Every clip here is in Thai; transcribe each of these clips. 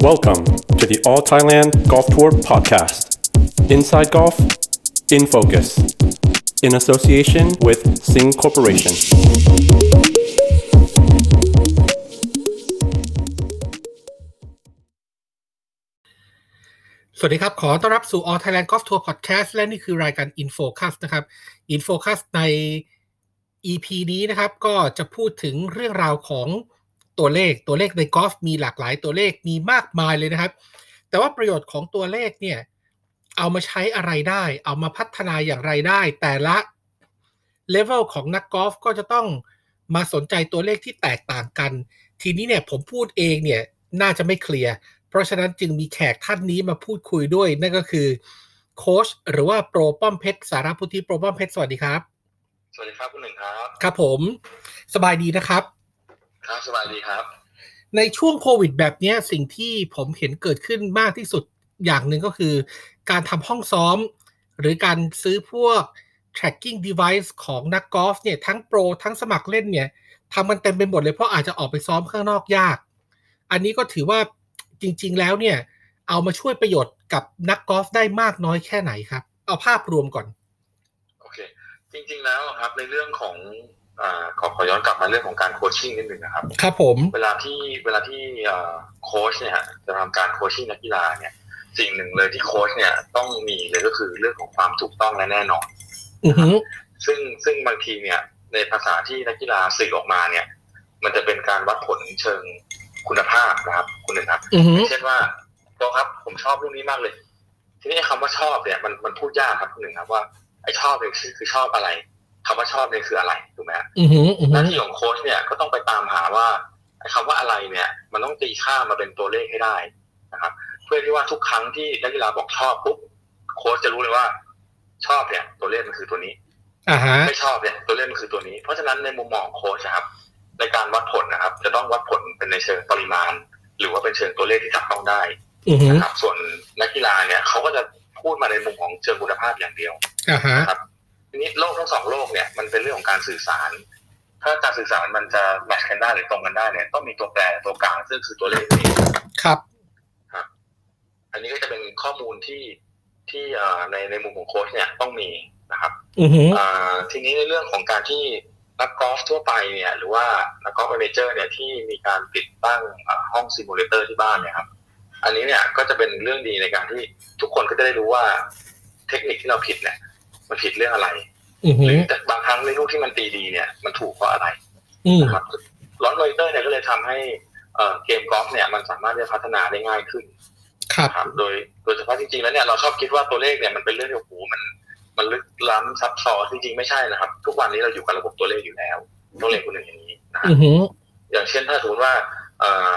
Welcome to the All Thailand Golf Tour Podcast. Inside Golf, in focus, in association with Sing Corporation. สวัสดีครับ ขอต้อนรับสู่ All Thailand Golf Tour Podcast และนี่คือรายการ Infocus นะครับ Infocus ใน EP นี้นะครับ ก็จะพูดถึงเรื่องราวของตัวเลข ตัวเลขในกอล์ฟมีหลากหลายตัวเลขมีมากมายเลยนะครับ แต่ว่าประโยชน์ของตัวเลขเนี่ย เอามาใช้อะไรได้ เอามาพัฒนาอย่างไรได้ แต่ละเลเวลของนักกอล์ฟก็จะต้องมาสนใจตัวเลขที่แตกต่างกัน ทีนี้เนี่ยผมพูดเองเนี่ยน่าจะไม่เคลียร์ เพราะฉะนั้นจึงมีแขกท่านนี้มาพูดคุยด้วย นั่นก็คือโค้ชหรือว่าโปรป้อมเพชรสารพุทธิโปรป้อมเพชรสวัสดีครับ สวัสดีครับคุณหนึ่งครับ ครับผมสบายดีนะครับ ครับสบายดีครับ ในช่วงโควิดแบบเนี้ยสิ่งที่ผมเห็นเกิดขึ้นมากที่สุดอย่างหนึ่งก็คือ การทำห้องซ้อม หรือการซื้อพวก tracking device ของนักกอล์ฟเนี่ยทั้งโปรทั้งสมัครเล่นเนี่ยทำมันเต็มไปหมดเลยเพราะอาจจะออกไปซ้อมข้างนอกยาก อันนี้ก็ถือว่าจริงๆแล้วเนี่ยเอามาช่วยประโยชน์กับนักกอล์ฟได้มากน้อยแค่ไหนครับ เอาภาพรวมก่อน โอเค จริง ๆ แล้วครับในเรื่องของอ่าขอขอย้อนกลับมาเรื่องของการโคชชิ่งนิดหนึ่งนะครับ ครับผม เวลาที่เวลาที่อ่าโค้ชเนี่ยฮะจะทำการโคชชิ่งนักกีฬาเนี่ย สิ่งหนึ่งเลยที่โค้ชเนี่ยต้องมีเลยก็คือเรื่องของความถูกต้องและแน่นอน อือฮึ ซึ่งซึ่งบางทีเนี่ยในภาษาที่นักกีฬาสื่อออกมาเนี่ย มันจะเป็นการวัดผลเชิงคุณภาพนะครับคุณหนึ่งครับ อือฮึ เช่นว่าโตครับผมชอบลูกนี้มากเลย ทีนี้ไอ้คำว่าชอบเนี่ยมันมันพูดยากครับคุณหนึ่งครับว่าไอ้ชอบเนี่ยคือคือชอบอะไรคำว่าชอบเนี่ยคืออะไรถูกไหมฮะ อือฮึอือ ห ฮึ น้าที่ของโค้ชเนี่ยก็ต้องไปตามหาว่าไอ้คำว่าอะไรเนี่ย มันต้องตีค่ามาเป็นตัวเลขให้ได้นะครับ เพื่อที่ว่าทุกครั้งที่นักกีฬาบอกชอบปุ๊บโค้ชจะรู้เลยว่า ชอบเนี่ย ตัวเลขมันคือตัวนี้ อ่าฮะ ไม่ชอบเนี่ยตัวเลขมันคือตัวนี้ เพราะฉะนั้นในมุมมองของโค้ชนะครับ ในการวัดผลนะครับ จะต้องวัดผลเป็นในเชิงปริมาณ หรือว่าเป็นเชิงตัวเลขที่จับต้องได้ อือฮึ นะครับส่วนนักกีฬาเนี่ยเขาก็จะพูดมาในมุมของเชิงคุณภาพอย่างเดียว อ่าฮะ ทีนี้โลกทั้งสองโลกเนี่ยมันเป็นเรื่องของการสื่อสาร ถ้าการสื่อสารมันจะแมทช์กันได้หรือตรงกันได้เนี่ยต้องมีตัวแปรตัวกลางซึ่งคือตัวเลขนี้ ครับ อันนี้ก็จะเป็นข้อมูลที่ที่เอ่อในในมุมของโค้ชเนี่ยต้องมีนะครับ อือฮึ อ่าทีนี้ในเรื่องของการที่นักกอล์ฟทั่วไปเนี่ยหรือว่านักกอล์ฟเมเจอร์เนี่ยที่มีการติดตั้งอ่าห้องซิมูเลเตอร์ที่บ้านเนี่ยครับ อันนี้เนี่ยก็จะเป็นเรื่องดีในการที่ทุกคนก็จะได้รู้ว่าเทคนิคที่เราผิดเนี่ยมันผิดเรื่องอะไร อือฮึ แต่บางครั้งในลูกที่มันตีดีเนี่ยมันถูกเพราะอะไร อืม นะครับร้อนโรยเตอร์เนี่ยก็เลยทำให้เอ่อเกมกอล์ฟเนี่ยมันสามารถที่จะพัฒนาได้ง่ายขึ้น ครับ นะครับโดยโดยเฉพาะจริงๆแล้วเนี่ยเราชอบคิดว่าตัวเลขเนี่ยมันเป็นเรื่องที่โอ้โหมันมันลึกล้ำซับซ้อนจริงๆไม่ใช่นะครับ ทุกวันนี้เราอยู่กับระบบตัวเลขอยู่แล้วต้องเรียนคนหนึ่งอย่างนี้นะครับ อือฮึ อย่างเช่นถ้าสมมติว่าเอ่อ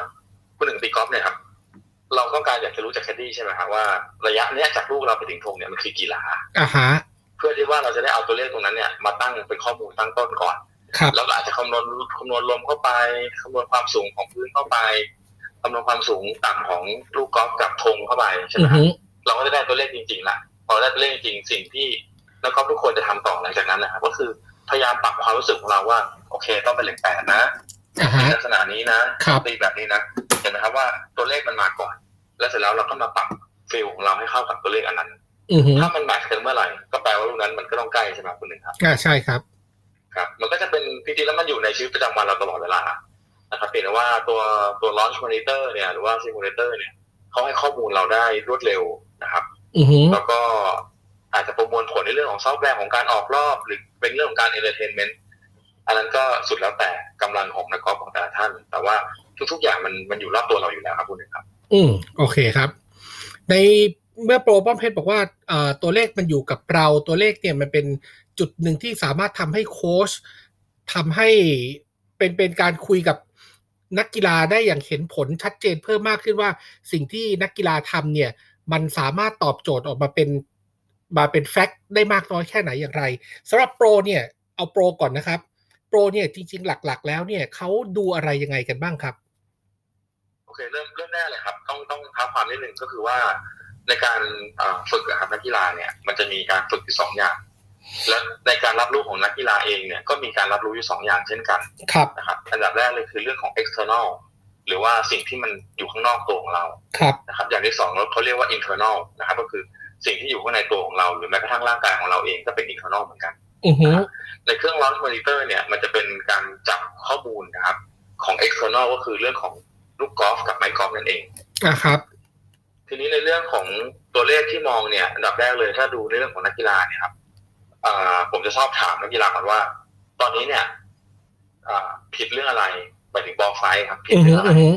คุณหนึ่งตีกอล์ฟเนี่ยครับ เราต้องการอยากจะรู้จากแคดดี้ใช่ไหมครับว่าระยะเนี้ยจากลูกเราไปถึงธงเนี่ยมันคือกี่หลา อ่าฮะ เพื่อที่ว่าเราจะได้เอาตัวเลขตรงนั้นเนี่ยมาตั้งเป็นข้อมูลตั้งต้นก่อน ครับ แล้วก็อาจจะคำนวณคำนวณลมเข้าไปคำนวณความสูงของพื้นเข้าไปคำนวณความสูงต่ำของลูกกอล์ฟกับธงเข้าไปใช่ไห อือมครั ฮึ บเราก็จะได้ตัวเลขจริงๆละพอได้ตัวเลขจริงๆสิ่งที่นักกอล์ฟทุกคนจะทำต่อหลังจากนั้นนะครับก็คือพยายามปรับความรู้สึกของเราว่าโอเค ต้องเป็นเหล็กแปดนะ อ่าฮะ ลักษณะนี้นะครับ ตีแบบนี้นะเห็นไหมครับว่าตัวเลขมันมาก่อน แล้วเสร็จแล้วเราก็มาปรับฟิลของเราให้เข้ากับตัวเลขอันนั้น อือฮึ ถ้ามันแมทช์กันเมื่อไหร่ ก็แปลว่าลูกนั้นมันก็ต้องใกล้ใช่ไหมคุณหนึ่งครับ อ่าใช่ครับ ครับ มันก็จะเป็นจริงๆแล้วมันอยู่ในชีวิตประจำวันเราตลอดเวลานะครับเพียงแต่ว่าตัวตัวลอนช์มอนิเตอร์เนี่ยหรือว่าซิมูเลเตอร์เนี่ยเขาให้ข้อมูลเราได้รวดเร็วนะครับ อือฮึ แล้วก็อาจจะประมวลผลในเรื่องของซอฟต์แวร์ของการออกรอบ หรือเป็นเรื่องของการเอนเตอร์เทนเมนต์อันนั้นก็สุดแล้วแต่กำลังของนักกอล์ฟของแต่ละท่าน แต่ว่าทุกๆอย่างมันมันอยู่รอบตัวเราอยู่แล้วครับคุณหนึ่งครับ อืมโอเคครับ ในเมื่อโปรป้อมเพชรบอกว่าเอ่อตัวเลขมันอยู่กับเราตัวเลขเนี่ยมันเป็นจุดหนึ่งที่สามารถทำให้โค้ชทำให้เป็นเป็นการคุยกับนักกีฬาได้อย่างเห็นผลชัดเจนเพิ่มมากขึ้นว่า สิ่งที่นักกีฬาทำเนี่ย มันสามารถตอบโจทย์ออกมาเป็นมาเป็นแฟกต์ได้มากน้อยแค่ไหนอย่างไรสำหรับโปรเนี่ยเอาโปรก่อนนะครับโปรเนี่ยจริง ๆ หลักๆ แล้วเนี่ยเขาดูอะไรยังไงกันบ้างครับ โอเคเริ่มเริ่มแรกเลยครับ ต้องต้องท้าความนิดหนึ่งก็คือว่าในการเอ่อฝึกอะครับนักกีฬาเนี่ยมันจะมีการฝึกอยู่สองอย่าง และในการรับรู้ของนักกีฬาเองเนี่ยก็มีการรับรู้อยู่สองอย่างเช่นกัน ครับ นะครับอันดับแรกเลยคือเรื่องของ external หรือว่าสิ่งที่มันอยู่ข้างนอกตัวของเรา ครับ นะครับ อย่างที่สองเขาเรียกว่า internal นะครับ ก็คือสิ่งที่อยู่ข้างในตัวของเรา หรือแม้กระทั่งร่างกายของเราเองก็เป็น internal เหมือนกัน อือฮึ ในเครื่อง launch monitor เนี่ยมันจะเป็นการจับข้อมูลนะครับ ของ external ก็คือเรื่องของลูกกอล์ฟกับไม้กอล์ฟนั่นเอง อ่ะครับ ทีนี้ในเรื่องของตัวเลขที่มองเนี่ยอันดับแรกเลยถ้าดูในเรื่องของนักกีฬาเนี่ยครับอ่าผมจะชอบถามนักกีฬาก่อนว่า ตอนนี้เนี่ยอ่าผิดเรื่องอะไรไปถึงบอลไฟท์ครับผิด อือ เรื่ ฮึ องอะ อือไรฮึ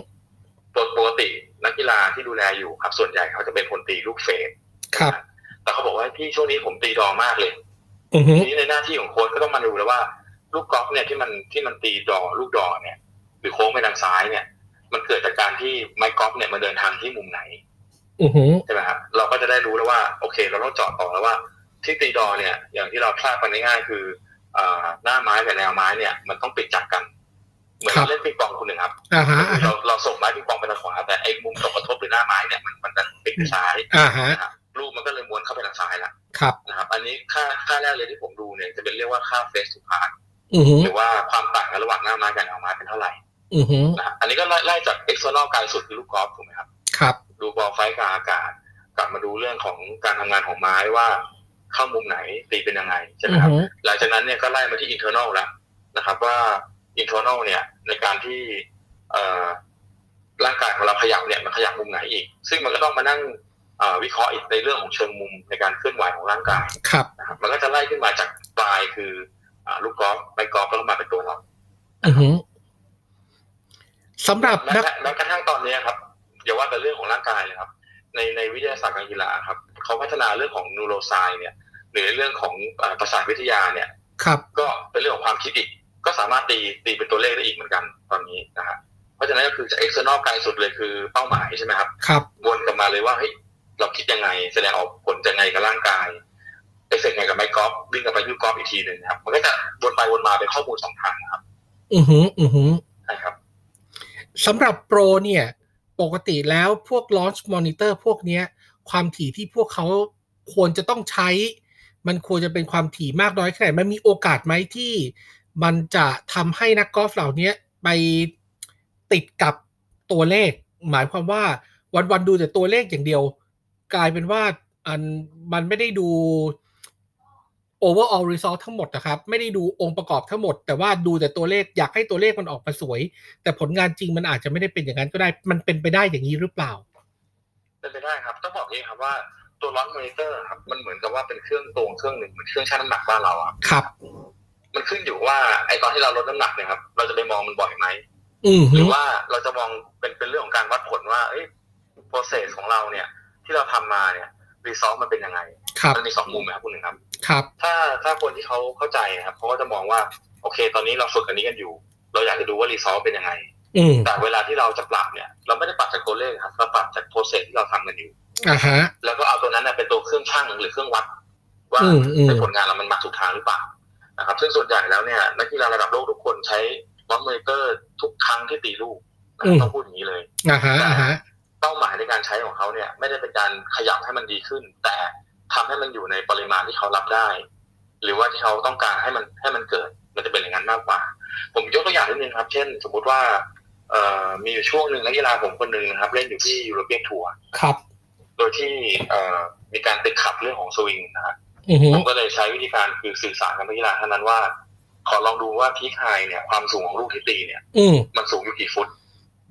ปกตินักกีฬาที่ดูแลอยู่ครับ ส่วนใหญ่เขาจะเป็นคนตีลูกเฟด ครับ แต่เขาบอกว่าพี่ช่วงนี้ผมตีดรอมากเลย อือฮึ ทีนี้ในหน้าที่ของโค้ชก็ต้องมาดูแล้วว่า ลูกกอล์ฟเนี่ยที่มันที่มันตีดรอลูกดรอเนี่ย หรือโค้งไปทางซ้ายเนี่ย มันเกิดจากการที่ไม้กอล์ฟเนี่ยมันเดินทางที่มุมไหน อือฮึ ใช่ไหมครับเราก็จะได้รู้แล้วว่า โอเค เราต้องเจาะต่อแล้วว่าที่ตีดอเนี่ย อย่างที่เราพลาดกันง่ายๆคืออ่าหน้าไม้กับแนวไม้เนี่ย มันต้องปิดจับกัน เหมือนเราเล่นปิงปองคุณหนึ่งครับ อ่าฮะอ่าฮะ เราเราส่งไม้ปิงปองไปทางขวาแต่ไอ้มุมตกกระทบหรือหน้าไม้เนี่ยมันมันจะปิดไปซ้าย อ่าฮะ นะครับลูกมันก็เลยม้วนเข้าไปทางซ้ายละ ครับ นะครับ อันนี้ค่าค่าแรกเลยที่ผมดูเนี่ยจะเป็นเรียกว่าค่าเฟสสุภาพ อือฮึ หรือว่าความต่างกันระหว่างหน้าไม้กับแนวไม้เป็นเท่าไหร่ อือฮึ นะครับอันนี้ก็ไล่ไล่จากเอ็กซ์เนอลไกลสุดคือลูกกอล์ฟถูกไหมครับ ครับ ดูบอลไฟท์กับอากาศ กลับมาดูเรื่องของการทำงานของไม้ว่าเข้ามุมไหนตีเป็นยังไงใช่ไหม อือ ครับ ฮึ หลังจากนั้นเนี่ยก็ไล่มาที่ internal แล้วนะครับ ว่า internal เนี่ยในการที่เอ่อร่างกายของเราขยับเนี่ยมันขยับมุมไหนอีก ซึ่งมันก็ต้องมานั่งเอ่อวิเคราะห์อีกในเรื่องของเชิงมุมในการเคลื่อนไหวของร่างกาย ครับ นะครับมันก็จะไล่ขึ้นมาจากปลายคืออ่าลูกกอล์ฟไมกอล์ฟแล้วก็มาเป็นตัวเรา อือฮึสำหรับ และ นัก และแม้กระทั่งตอนเนี้ยครับอย่าว่าแต่เรื่องของร่างกายเลยครับ ในในวิทยาศาสตร์การกีฬาครับเขาพัฒนาเรื่องของนูโรไซเนี่ยหรือเรื่องของเอ่อประสาทวิทยาเนี่ย ครับ ก็เป็นเรื่องของความคิดอีก ก็สามารถตีตีเป็นตัวเลขได้อีกเหมือนกันตอนนี้นะฮะเพราะฉะนั้นก็คือจะ external ไกลสุดเลยคือเป้าหมายใช่ไหมครับ ครับ วนกลับมาเลยว่าเฮ้ยเราคิดยังไง แสดงออกผลยังไงกับร่างกายเอฟเฟกต์ไงกับไมค์กอล์ฟวิ่งกลับไปยูกอล์ฟอีกทีหนึ่งนะครับ มันก็จะวนไปวนมาเป็นข้อมูลสองทางนะครับ อือฮึอือฮึ ใช่ครับ สำหรับโปรเนี่ย ปกติแล้วพวก launch monitor พวกเนี้ย ความถี่ที่พวกเขาควรจะต้องใช้ มันควรจะเป็นความถี่มากน้อยแค่ไหน มันมีโอกาสไหมที่ มันจะทำให้นักกอล์ฟเหล่าเนี้ยไปติดกับตัวเลข หมายความว่าวันวันๆดูแต่ตัวเลขอย่างเดียว กลายเป็นว่าอันมันไม่ได้ดู overall result ทั้งหมดนะครับ ไม่ได้ดูองค์ประกอบทั้งหมด แต่ว่าดูแต่ตัวเลขอยากให้ตัวเลขมันออกมาสวย แต่ผลงานจริงมันอาจจะไม่ได้เป็นอย่างนั้นก็ได้ มันเป็นไปได้อย่างนี้หรือเปล่า เป็นไปได้ครับต้องบอกเองครับว่าตัวร้อนมอนิเตอร์ครับมันเหมือนกับว่าเป็นเครื่องตวงเครื่องหนึ่งเหมือนเครื่องชั่งน้ำหนักบ้านเราอะครับ ครับ มันขึ้นอยู่ว่าไอตอนที่เราลดน้ำหนักเนี่ยครับเราจะไปมองมันบ่อยไหม อือ ห ฮึ รือว่าเราจะมองเป็นเป็นเรื่องของการวัดผลว่าเอ้ยโปรเซสของเราเนี่ย ที่เราทำมาเนี่ยรีซอสมันเป็นยังไง ครับ มันมีสองมุมนะครับคุณหนึ่งครับ ครับ ถ้าถ้าคนที่เขาเข้าใจนะครับเขาก็จะมองว่าโอเค ตอนนี้เราฝึกอันนี้กันอยู่ เราอยากจะดูว่ารีซอสเป็นยังไง อืม แต่เวลาที่เราจะปรับเนี่ย เราไม่ได้ปรับจากตัวเลขครับเราปรับจากโปรเซสที่เราทำกันอยู่ อ่าฮะ แล้วก็เอาตัวนั้นนะเป็นตัวเครื่องช่างหรือเครื่องวัด ว่า อืมอืม ให้ผลงานเรามันมาถูกทางหรือเปล่านะครับ ซึ่งส่วนใหญ่แล้วเนี่ยนักกีฬาระดับโลกทุกคนใช้วอมเมเตอร์ทุกครั้งที่ตีลูกนะครับต้องพูดอย่างนี้เลย อ่าฮะอ่าฮะ เป้าหมายในการใช้ของเขาเนี่ย ไม่ได้เป็นการขยับให้มันดีขึ้น แต่ทำให้มันอยู่ในปริมาณที่เขารับได้ หรือว่าที่เขาต้องการให้มันให้มันเกิด มันจะเป็นอย่างนั้นมากกว่า ผมยกตัวอย่างนิดนึงครับ เช่น สมมติว่าเอ่อมีอยู่ช่วงหนึ่งนักกีฬาผมคนหนึ่งนะครับ เล่นอยู่ที่ยูโรเปียนทัวร์ ครับ โดยที่เอ่อมีการติดขัดเรื่องของสวิงนะฮะ อือฮึ ผมก็เลยใช้วิธีการคือสื่อสารกับนักกีฬาท่านนั้นว่า ขอลองดูว่าพีคไฮเนี่ยความสูงของลูกที่ตีเนี่ย อืม มันสูงอยู่กี่ฟุต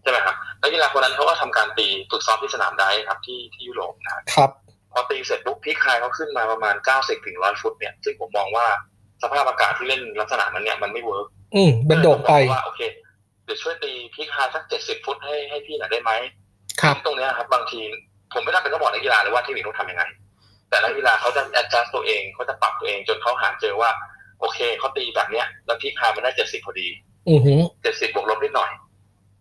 ใช่ไหมครับนักกีฬาคนนั้นเขาก็ทำการตีฝึกซ้อมที่สนามได้ครับที่ที่ยุโรปนะครับ พอตีเสร็จปุ๊บพีคไฮเขาขึ้นมาประมาณ 90ถึง100 ฟุตเนี่ยซึ่งผมมองว่าสภาพอากาศที่เล่นลักษณะนั้นเนี่ยมันไม่เวิร์ก อืมบันโดกไป ผมว่าโอเคเดี๋ยวช่วยตีพีคไฮสัก 70 ฟุตให้ให้พี่หน่อยได้ไหม ครับ ตรงเนี้ยครับบางทีผมไม่ได้เป็นต้องบอกนักกีฬาเลยว่าเทคนิคต้องทำยังไง แต่นักกีฬาเขาจะ adjust ตัวเองเขาจะปรับตัวเองจนเขาหาเจอว่าโอเคเขาตีแบบเนี้ยแล้วพีคไฮมันได้ 70พอดี อือฮึ เจ็ดสิบบวกลบนิดหน่อย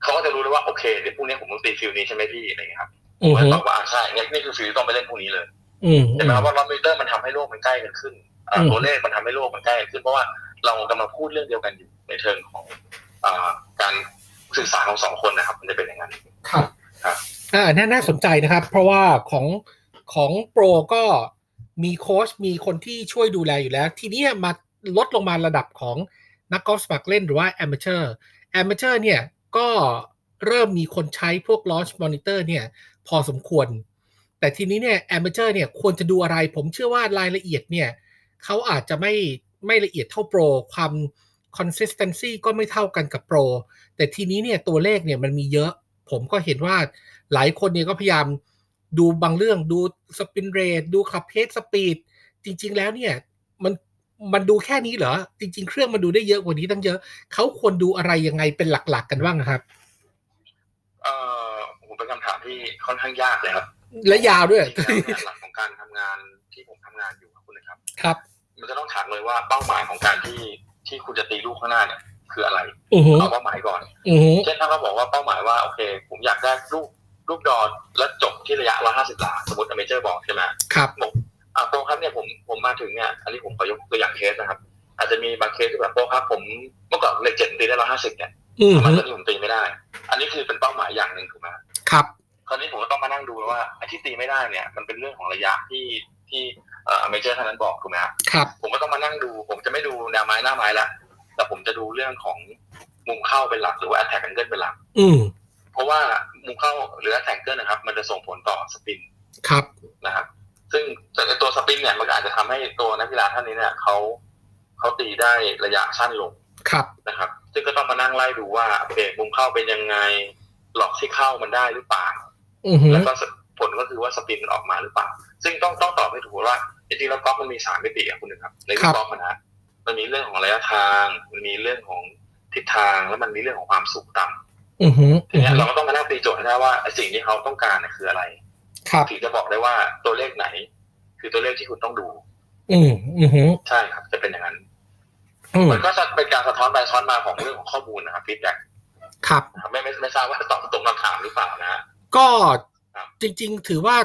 เขาก็จะรู้แล้วว่าโอเคเดี๋ยวพรุ่งนี้ผมต้องตีฟิลนี้ใช่ไหมพี่อะไรเงี้ยครับ อือผมก็ ฮึ ตอบว่าอ่าใช่เนี่ยนี่คือฟิลที่ต้องไปเล่นพรุ่งนี้เลย อืม ใช่ อื ไหม ม ครับว่าลอตมิเตอร์มันทำให้โลกมันใกล้กันขึ้นอ่า อืม ตัวเลขมันทำให้โลกมันใกล้กันขึ้นเพราะว่าเรากำลังพูดเรื่องเดียวกันอยู่ในเชิงของอ่าการสื่อสารของสองคนนะครับ มันจะเป็นอย่างนั้น ครับ ครับ อ่าน่าน่าสนใจนะครับ เพราะว่าของของโปรก็มีโค้ชมีคนที่ช่วยดูแลอยู่แล้ว ทีเนี้ยมาลดลงมาระดับของนักกอล์ฟสมัครเล่นหรือว่าแอมเ u อร์แอมเ u อร์เนี่ยก็ เริ่มมีคนใช้พวก launch monitor เนี่ยพอสมควร แต่ทีนี้เนี่ย amateur เนี่ยควรจะดูอะไร ผมเชื่อว่ารายละเอียดเนี่ยเขาอาจจะไม่ไม่ละเอียดเท่าโปรความ consistency ก็ไม่เท่ากันกับโปรแต่ทีนี้เนี่ยตัวเลขเนี่ยมันมีเยอะ ผมก็เห็นว่าหลายคนเนี่ยก็พยายามดูบางเรื่องดูสปินเรทดูขับเพสสปีดจริง ๆ แล้วเนี่ยมันมันดูแค่นี้เหรอ จริง ๆ เครื่องมันดูได้เยอะกว่านี้ตั้งเยอะ เขาควรดูอะไรยังไงเป็นหลัก ๆ กันบ้างครับ เออผมเป็นคำถามที่ค่อนข้างยากเลยครับ และยาวด้วย จริงๆแล้วเนี่ยหลักของการทำงานที่ผมทำงานอยู่ครับคุณนะครับ ครับ มันจะต้องถามเลยว่าเป้าหมายของการที่ที่คุณจะตีลูกข้างหน้าเนี่ยคืออะไร อือหือ เอาเป้าหมายก่อน อือหือ เช่นถ้าเราบอกว่าเป้าหมายว่าโอเค ผมอยากได้ลูกลูกดอนแล้วจบที่ระยะละห้าสิบหลาสมมติอเมเจอร์บอกใช่ไหม ครับ บอกอ่ะโปรครับเนี่ยผมผมมาถึงเนี่ยอันนี้ผมขอยกตัวอย่างเคสนะครับ อาจจะมีบางเคสที่แบบโปรครับผมเมื่อก่อนเลขเจ็ดตีได้ร้อยห้าสิบเนี่ย อือ แต่มัน หือ ตอนนี้ผมตีไม่ได้ อันนี้คือเป็นเป้าหมายอย่างหนึ่งถูกไหม ครับ คราวนี้ผมก็ต้องมานั่งดูว่าไอ้ที่ตีไม่ได้เนี่ยมันเป็นเรื่องของระยะที่ที่เอ่อเมเจอร์ท่านนั้นบอกถูกไหมครับ ครับ ผมก็ต้องมานั่งดู ผมจะไม่ดูแนวไม้หน้าไม้ละแต่ผมจะดูเรื่องของมุมเข้าเป็นหลักหรือว่า attack angle เป็นหลัก อืม เพราะว่ามุมเข้าหรือ attack angle นะครับ มันจะส่งผลต่อสปิน ครับ นะครับ ซึ่งแต่ไอ้ตัวสปินเนี่ยมันก็อาจจะทำให้ตัวนักกีฬาท่านนี้เนี่ยเขาเขาตีได้ระยะสั้นลง ครับ นะครับซึ่งก็ต้องมานั่งไล่ดูว่าโอเคมุมเข้าเป็นยังไงหลอกที่เข้ามันได้หรือเปล่า อือหือ แล้วก็ผลก็คือว่าสปินมันออกมาหรือเปล่า ซึ่งต้องต้องตอบให้ถูกว่าจริงๆแล้วกอล์ฟมันมีสามมิติอะคุณหนึ่งครับในลูกกอล์ฟอะนะมันมีเรื่องของระยะทาง มันมีเรื่องของทิศทางแล้วมันมีเรื่องของความสูงต่ อือหือ ำที อือ เนี้ย หือ เราก็ต้องมานั่งตีโจทย์ให้ได้ว่าไอ้สิ่งที่เขาต้องการน่ะคืออะไร ครับ ถึงจะบอกได้ว่าตัวเลขไหน คือตัวเลขที่คุณต้องดู อืมอือหือ ใช่ครับ จะเป็นอย่างนั้น อืม มันก็จะเป็นการสะท้อนไปสะท้อนมาของเรื่องของข้อมูลนะครับฟีดแบ็ก ครับ นะครับไม่ไม่ไม่ทราบว่าตอบตรงคำถามหรือเปล่านะฮะ ก็ ครับ จริง ๆ ถือว่า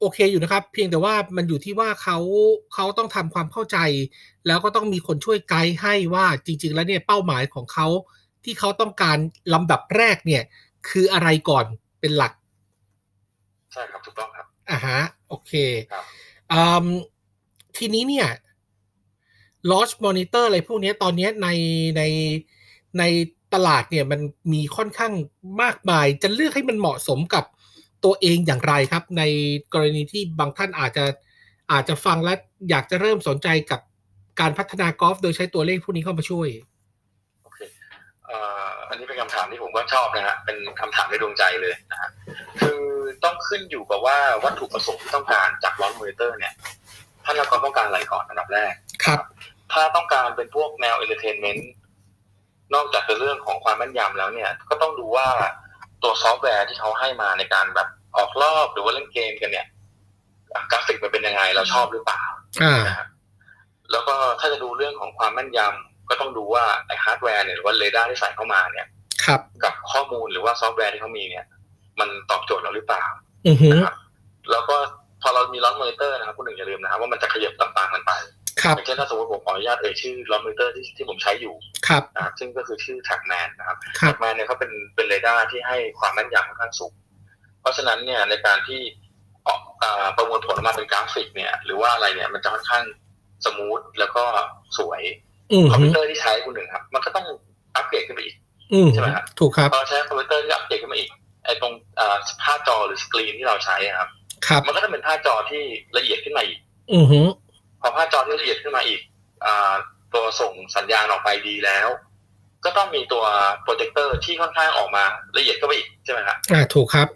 โอเคอยู่นะครับ เพียงแต่ว่ามันอยู่ที่ว่าเขาเขาต้องทำความเข้าใจ แล้วก็ต้องมีคนช่วยไกด์ให้ว่าจริง ๆ แล้วเนี่ยเป้าหมายของเขาที่เขาต้องการลำดับแรกเนี่ย คืออะไรก่อนเป็นหลัก ใช่ครับถูกต้องครับ อ่ะฮะโอเค ครับ อืมทีนี้เนี่ย launch monitor อะไรพวกเนี้ยตอนเนี้ยในในในตลาดเนี่ยมันมีค่อนข้างมากมาย จะเลือกให้มันเหมาะสมกับตัวเองอย่างไรครับ ในกรณีที่บางท่านอาจจะอาจจะฟังและอยากจะเริ่มสนใจกับการพัฒนากอล์ฟโดยใช้ตัวเลขพวกนี้เข้ามาช่วย โอเคเอ่ออันนี้เป็นคำถามที่ผมก็ชอบนะฮะ เป็นคำถามในดวงใจเลยนะฮะ คือต้องขึ้นอยู่กับว่าวัตถุประสงค์ที่ต้องการจากร้อนมอนิเตอร์เนี่ย ท่านนักกอล์ฟต้องการอะไรก่อนอันดับแรก ครับ ถ้าต้องการเป็นพวกแนวเอนเตอร์เทนเมนต์ นอกจากในเรื่องของความแม่นยำแล้วเนี่ย ก็ต้องดูว่าตัวซอฟต์แวร์ที่เขาให้มาในการแบบออกรอบหรือว่าเล่นเกมกันเนี่ยอ่ะกราฟิกมันเป็นยังไง เราชอบหรือเปล่า อ่า นะครับแล้วก็ถ้าจะดูเรื่องของความแม่นยำก็ต้องดูว่าไอฮาร์ดแวร์เนี่ยหรือว่าเรดาร์ที่ใส่เข้ามาเนี่ย ครับ กับข้อมูลหรือว่าซอฟต์แวร์ที่เขามีเนี่ย มันตอบโจทย์เราหรือเปล่า อือฮึ แล้วก็พอเรามีล็อตมอนิเตอร์นะครับคุณหนึ่งอย่าลืมนะครับว่ามันจะขยับตามๆกันไป ครับ อย่างเช่นถ้าสมมติผมขออนุญาตเอ่ยชื่อล็อตมอนิเตอร์ที่ที่ผมใช้อยู่ ครับ นะครับซึ่งก็คือชื่อแท็กแมนนะครับ ครับ แมนเนี่ยเขาเป็นเป็นเรดาร์ที่ให้ความแม่นยำค่อนข้างสูง เพราะฉะนั้นเนี่ยในการที่ออกอ่าประมวลผลออกมาเป็นกราฟิกเนี่ย หรือว่าอะไรเนี่ยมันจะค่อนข้างสมูทแล้วก็สวย อือ คอม ฮึ พิวเตอร์ที่ใช้คุณหนึ่งครับ มันก็ต้องอัปเกรดขึ้นไปอีก อือฮึใช่ไหมครับ ถูกครับ พอใช้คอมพิวเตอร์ที่อัปเกรดขึ้นมาอีกไอ้ตรงอ่าภาพจอหรือสกรีนที่เราใช้อะครับ ครับ มันก็จะเป็นภาพจอที่ละเอียดขึ้นมาอีก อือฮึ พอภาพจอที่ละเอียดขึ้นมาอีกอาตัวส่งสัญญาณออกไปดีแล้ว ก็ต้องมีตัวโปรเจคเตอร์ที่ค่อนข้างออกมาละเอียดเข้าไปอีกใช่ไหมครับ อ่า ถูกครับ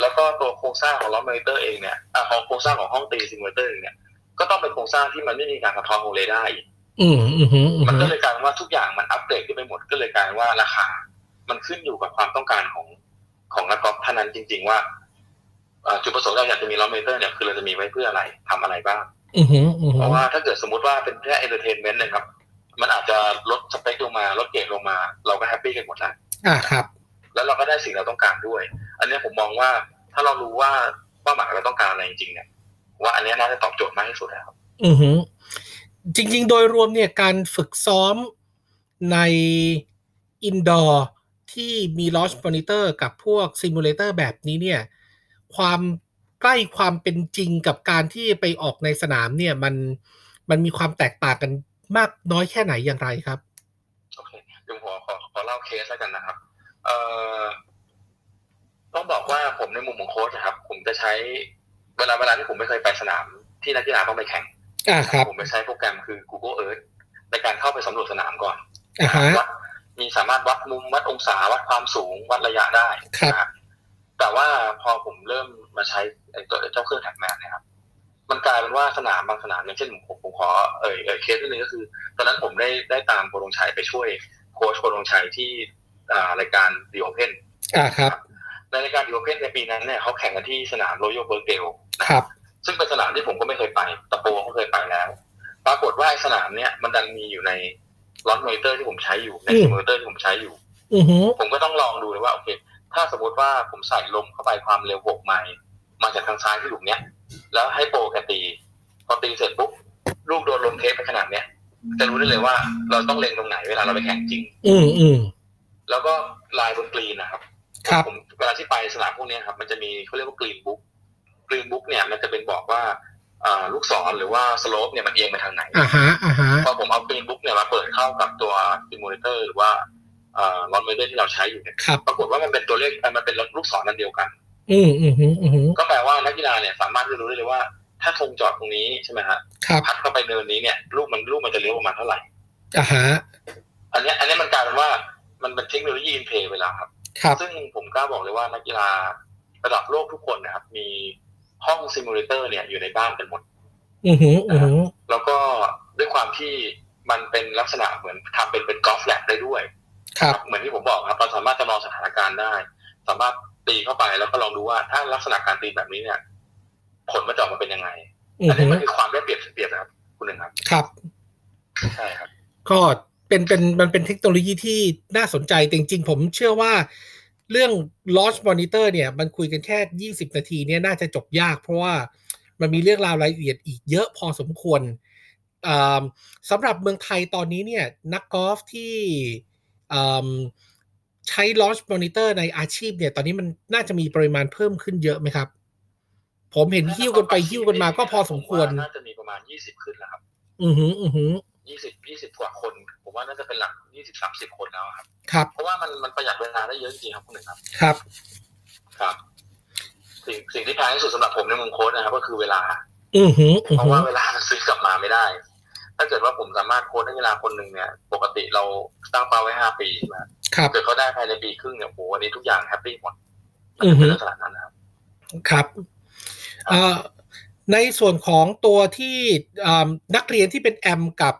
แล้วก็ตัวโครงสร้างของล้อมอนิเตอร์เองเนี่ยอ่ะของโครงสร้างของห้องตีซิมูเลเตอร์เองเนี่ยก็ต้องเป็นโครงสร้างที่มันไม่มีการสะท้อนของเรดาร์อีก อืออือฮึอือ มัน ฮึ ก็เลยกลายเป็นว่าทุกอย่างมันอัปเกรดขึ้นไปหมดก็เลยกลายเป็นว่าราคา มันขึ้นอยู่กับความต้องการของของนักกอล์ฟท่านนั้นจริง ๆ ว่าเอ่อจุดประสงค์เราอยากจะมีล้อมอนิเตอร์เนี่ยคือเราจะมีไว้เพื่ออะไรทำอะไรบ้าง อือฮึอือ เพ ฮึ ราะว่าถ้าเกิดสมมติว่าเป็นแค่เอนเตอร์เทนเมนต์นะครับ มันอาจจะลดสเปคลงมาลดเกรดลงมา เราก็แฮปปี้กันหมดแล้ว อ่า ครับ แล้วเราก็ได้สิ่งเราต้องการด้วย อันเนี้ยผมมองว่าถ้าเรารู้ว่าเป้าหมายเราต้องการอะไรจริงๆเนี่ยว่าอันเนี้ยน่าจะตอบโจทย์มากที่สุดแล้วครับ อือฮึจริง ๆ โดยรวมเนี่ยการฝึกซ้อมในอินดอร์ที่มีลอชมอนิเตอร์กับพวกซิมูเลเตอร์แบบนี้เนี่ย ความใกล้ความเป็นจริงกับการที่ไปออกในสนามเนี่ย มันมันมีความแตกต่างกันมากน้อยแค่ไหนอย่างไรครับ โอเคเดี๋ยวผมขอขอขอเล่าเคสแล้วกันนะครับเอ่อ ในมุมของโค้ชนะครับ ผมจะใช้เวลาเวลาที่ผมไม่เคยไปสนามที่นักกีฬาต้องไปแข่ง อ่าครับ ผมไปใช้โปรแกรมคือ Google Earth ในการเข้าไปสำรวจสนามก่อน อ่าฮะ วัดมีสามารถวัดมุมวัดองศาวัดความสูงวัดระยะได้ ครับ แต่ว่าพอผมเริ่มมาใช้ไอ้ตัวเจ้าเครื่องแท็กแมนเนี่ยครับ มันกลายเป็นว่าสนามบางสนามอย่างเช่นผมผมขอเอ่ยเอ่ยเคสนิดนึงก็คือ ตอนนั้นผมได้ได้ตามโครงชัยไปช่วยโค้ชโครงชัยที่อ่ารายการดีโอเพน อ่าครับ ในรายการดีโอเพนในปีนั้นเนี่ยเขาแข่งกันที่สนามโรโยเบิร์กเดล ครับ ซึ่งเป็นสนามที่ผมก็ไม่เคยไปตะโปก็เคยไปแล้ว ปรากฏว่าไอ้สนามเนี้ยมันดันมีอยู่ในล็อตมอนิเตอร์ที่ผมใช้อยู่ใน อืม ซิมูเลเตอร์ที่ผมใช้อยู่ อือฮึ ผมก็ต้องลองดูเลยว่าโอเค ถ้าสมมติว่าผมใส่ลมเข้าไปความเร็วหกไมล์มาจากทางซ้ายที่หลุมเนี้ย แล้วให้โปรแกตีพอตีเสร็จปุ๊บลูกโดนลมเทปไปขนาดเนี้ยจะรู้ได้เลยว่าเราต้องเล็งตรงไหนเวลาเราไปแข่งจริง อืมอืม แล้วก็ลายบนกรีนนะครับ ครับ ผมเวลาที่ไปสนามพวกเนี้ยครับมันจะมีเขาเรียกว่ากรีนบุ๊กกรีนบุ๊กเนี่ยมันจะเป็นบอกว่าอ่าลูกศรหรือว่าสโลปเนี่ยมันเอียงไปทางไหน อ่าฮะอ่าฮะ พอผมเอากรีนบุ๊กเนี่ยมาเปิดเข้ากับตัวซิมูเลเตอร์หรือว่าลอนเมเดอร์ที่เราใช้อยู่เนี่ย ครับ ปรากฏว่ามันเป็นตัวเลขอ่ามันเป็นลูกศรนั่นเดียวกัน อืมอืมอืมอืม ก็แปลว่านักกีฬาเนี่ยสามารถที่จะรู้ได้เลยว่า ถ้าธงจอดตรงนี้ใช่ไหมฮะ ครับ พัดเข้าไปเนินนี้เนี่ยลูกมันลูกมันจะเลี้ยวประมาณเท่าไหร่ อ่าฮะ อันเนี้ยอันเนี้ยมันกลายเป็นว่ามันเป็นเทคโนโลยีอินเพลย์ไปแล้วครับ ครับ ซึ่งผมกล้าบอกเลยว่านักกีฬาระดับโลกทุกคนนะครับ มีห้องซิมูเลเตอร์เนี่ยอยู่ในบ้านกันหมด อือฮึอือฮึ แล้วก็ด้วยความที่มันเป็นลักษณะเหมือนทำเป็นเป็นกอล์ฟแลบได้ด้วย ครับ เหมือนที่ผมบอกครับเราสามารถจำลองสถานการณ์ได้ สามารถตีเข้าไปแล้วก็ลองดูว่าถ้าลักษณะการตีแบบนี้เนี่ย ผลมันจะออกมาเป็นยังไง อื อั อน ฮึ นี้มันคือความได้เปรียบเสียเปรียบนะครับ คุณหนึ่งครับ ครับ ใช่ครับ ก็เป็นเป็นมันเป็นเทคโนโลยีที่น่าสนใจแต่จริงๆ ผมเชื่อว่าเรื่อง launch monitor เนี่ย มันคุยกันแค่ 20 นาทีเนี่ยน่าจะจบยาก เพราะว่ามันมีเรื่องราวรายละเอียดอีกเยอะพอสมควรอ่าสำหรับเมืองไทยตอนนี้เนี่ย นักกอล์ฟที่อ่าใช้ launch monitor ในอาชีพเนี่ย ตอนนี้มันน่าจะมีปริมาณเพิ่มขึ้นเยอะไหมครับ ผมเห็นหิ้วกันไปหิ้วกันมาก็พอสมควร น่าจะมีประมาณยี่สิบขึ้นแล้วครับ อือหืออือหือ ยี่สิบยี่สิบกว่าคน ผมว่าน่าจะเป็นหลักยี่สิบสามสิบคนแล้วครับ ครับ เพราะว่ามันมันประหยัดเวลาได้เยอะจริงๆครับคุณหนึ่งครับ ครับ ครับ สิ่งสิ่งที่แพงที่สุดสำหรับผมในมุมโค้ชนะครับ ก็คือเวลา อือหืออือ เพหืราะอ ว่าเวลามันซื้อกลับมาไม่ได้ ถ้าเกิดว่าผมสามารถโค้ชนักกีฬาคนหนึ่งเนี่ย ปกติเราตั้งเป้าไว้ห้าปีใช่ไหม ครับ เกิดเขาได้ภายในปีครึ่งเนี่ยโอ้โหวันนี้ทุกอย่างแฮปปี้หมด อือฮึ เป็นลักษณะนั้นนะครับ ครับเอ่อในส่วนของตัวที่อ่านักเรียนที่เป็นแอมกับ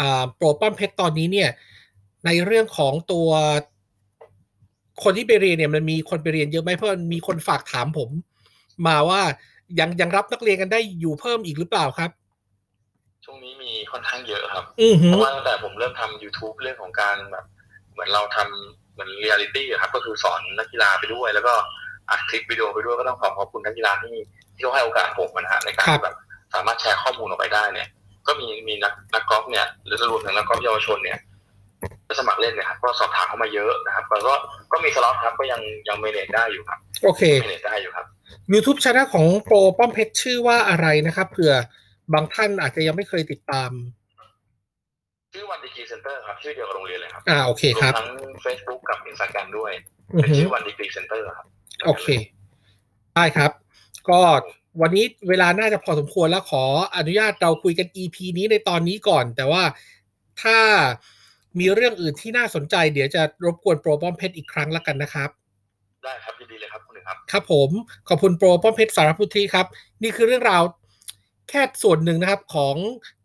อ่าโปรป้อมเพชรตอนนี้เนี่ย ในเรื่องของตัวคนที่ไปเรียนเนี่ยมันมีคนไปเรียนเยอะไหมเพราะมันมีคนฝากถามผม มาว่ายังยังรับนักเรียนกันได้อยู่เพิ่มอีกหรือเปล่าครับ ช่วงนี้มีค่อนข้างเยอะครับ อือหือเพราะว่าตั้งแต่ผมเริ่มทำ YouTube เรื่องของการแบบ เหมือนเราทำเหมือนเรียลิตี้ครับ ก็คือสอนนักกีฬาไปด้วย แล้วก็อัดคลิปวิดีโอไปด้วยก็ต้องขอขอบคุณนักกีฬาที่ที่เขาให้โอกาสผมนะฮะในการที่แบบสามารถแชร์ข้อมูลออกไปได้เนี่ย ก็มีมีนักนักกอล์ฟเนี่ยหรือรวมถึงนักกอล์ฟเยาวชนเนี่ยไปสมัครเล่นเนี่ยครับก็สอบถามเข้ามาเยอะนะครับแล้วก็ก็มีสล็อตครับก็ยังยังเมเนจได้อยู่ครับ โอเค เมเนจได้อยู่ครับ YouTube Channel ของโปรป้อมเพชรชื่อว่าอะไรนะครับเผื่อบางท่านอาจจะยังไม่เคยติดตาม ชื่อวันดีกีเซ็นเตอร์ครับชื่อเดียวกับโรงเรียนเลยครับ อ่าโอเค รว ค ม รับ ทั้ง Facebook กับ Instagram ด้วย อือ เป็น หือ ชื่อวันดีกีเซ็นเตอร์ครับ โอเค ได้ครับ ก็วันนี้เวลาน่าจะพอสมควรแล้วขออนุญาตเราคุยกัน EP นี้ในตอนนี้ก่อน แต่ว่าถ้ามีเรื่องอื่นที่น่าสนใจเดี๋ยวจะรบกวนโปรป้อมเพชรอีกครั้งละกันนะครับ ได้ครับยินดีเลยครับคุณหนึ่งครับ ครับผมขอบคุณโปรป้อมเพชรสารพุทธิครับ นี่คือเรื่องราวแค่ส่วนหนึ่งนะครับของ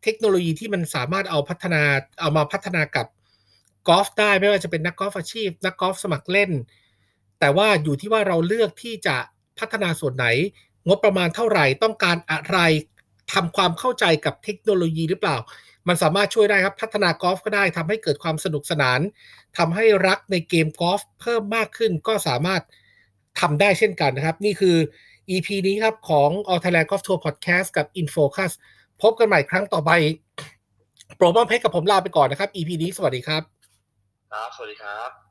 เทคโนโลยีที่มันสามารถเอาพัฒนาเอามาพัฒนากับกอล์ฟได้ไม่ว่าจะเป็นนักกอล์ฟอาชีพ นักกอล์ฟสมัครเล่น แต่ว่าอยู่ที่ว่าเราเลือกที่จะพัฒนาส่วนไหน งบประมาณเท่าไหร่ต้องการอะไรทำความเข้าใจกับเทคโนโลยีหรือเปล่า มันสามารถช่วยได้ครับพัฒนากอล์ฟก็ได้ทำให้เกิดความสนุกสนาน ทำให้รักในเกมกอล์ฟเพิ่มมากขึ้นก็สามารถทำได้เช่นกันนะครับ นี่คือ EP นี้ครับของ All Thailand Golf Tour Podcast กับ Infocus พบกันใหม่ครั้งต่อไป โปรบ้อมเพชรกับผมลาไปก่อนนะครับ EP นี้สวัสดีครับ ครับ สวัสดีครับ